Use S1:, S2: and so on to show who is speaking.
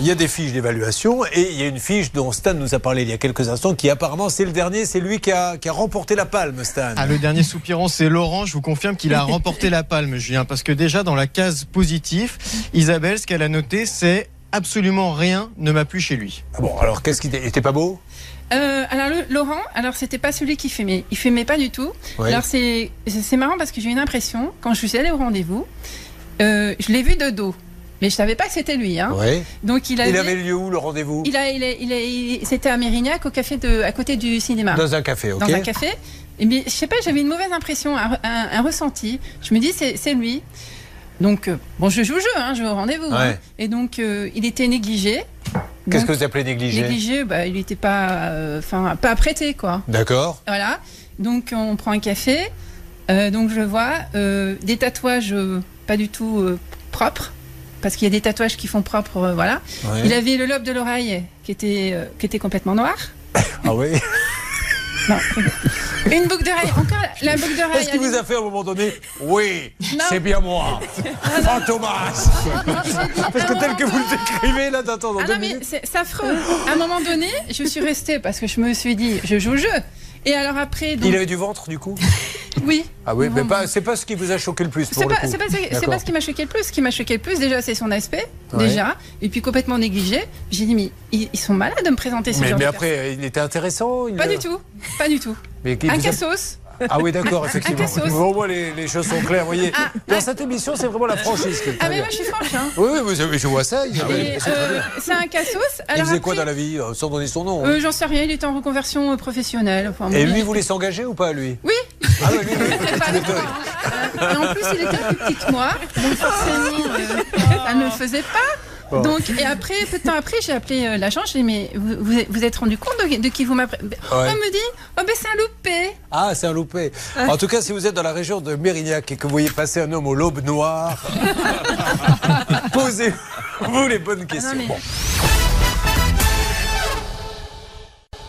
S1: il y a des fiches d'évaluation et il y a une fiche dont Stan nous a parlé il y a quelques instants qui apparemment c'est le dernier, c'est lui qui a, qui a, remporté la palme, Stan.
S2: Ah, le dernier soupirant, c'est Laurent. Je vous confirme qu'il a remporté la palme, Julien, parce que déjà dans la case positif, Isabelle, ce qu'elle a noté, c'est absolument rien ne m'a plu chez lui.
S1: Ah bon, alors qu'est-ce qui était pas beau
S3: euh, alors le, Laurent, alors c'était pas celui qui fumait, il fumait pas du tout. Oui. Alors c'est c'est marrant parce que j'ai eu une impression quand je suis allée au rendez-vous, euh, je l'ai vu de dos. Mais je savais pas que c'était lui. Hein.
S1: Ouais.
S3: Donc il,
S1: avait, il avait lieu où le rendez-vous
S3: Il a, il, a, il, a, il c'était à Mérignac, au café de, à côté du cinéma.
S1: Dans un café, ok.
S3: Dans un café. Et bien, je sais pas, j'avais une mauvaise impression, un, un, un ressenti. Je me dis, c'est lui. Donc euh, bon, je joue au jeu, hein, je vais au rendez-vous. Ouais. Hein. Et donc euh, il était négligé.
S1: Qu'est-ce que vous appelez négligé
S3: Négligé, bah, il n'était pas, enfin, euh, pas apprêté, quoi.
S1: D'accord.
S3: Voilà. Donc on prend un café. Euh, donc je vois euh, des tatouages euh, pas du tout propres parce qu'il y a des tatouages qui font propre, euh, voilà. Ouais. Il avait le lobe de l'oreille qui était euh, qui était complètement noir.
S1: ah oui.
S3: Non. Une boucle d'oreille, encore la boucle d'oreille.
S1: Est-ce qu'il vous a fait à un moment donné Oui, c'est bien moi, Fantomas Parce que tel que vous le décrivez, là, d'attendre dans ah deux non, minutes.
S3: Ah mais c'est affreux. À un moment donné, je suis restée parce que je me suis dit, je joue le jeu. Et alors après.
S1: Donc... Il avait du ventre, du coup
S3: Oui.
S1: Ah oui, mais pas, c'est pas ce qui vous a choqué le plus.
S3: C'est pas, pas, pas, ce qui m'a choqué le plus. Ce qui m'a choqué le plus, déjà, c'est son aspect, ouais. déjà, et puis complètement négligé. J'ai dit, mais ils, ils, sont malades de me présenter ce
S1: mais,
S3: genre
S1: Mais
S3: de
S1: après,
S3: personne.
S1: il était intéressant. Il
S3: pas a... du tout, pas du tout. Mais un cassos.
S1: Ah oui, d'accord, effectivement. Bon, moi, les, les, choses sont claires, vous voyez. Ah, dans ah, cette émission, c'est vraiment la franchise.
S3: Ah, mais moi, je suis franche. Hein.
S1: Oui, oui, mais je vois ça.
S3: Euh, c'est un cassos.
S1: Alors, il faisait quoi dans la vie, sans donner son nom hein
S3: euh, J'en sais rien, il était en reconversion euh, professionnelle. Enfin,
S1: Et lui, il voulait s'engager ou pas, lui
S3: Oui. Ah, oui, oui, oui. Pas avec moi, hein. Et en plus, il était plus petit que moi, donc forcément, euh, ça ne le faisait pas. Bon. Donc, et après, peu de temps après, j'ai appelé euh, l'agent, j'ai dit, mais vous, vous vous êtes rendu compte de, de qui vous m'appelez ouais. On me dit, oh ben c'est un loupé.
S1: Ah, c'est un loupé. En tout cas, si vous êtes dans la région de Mérignac et que vous voyez passer un homme au lobe noir, posez-vous les bonnes questions. Ah, Non, mais... bon.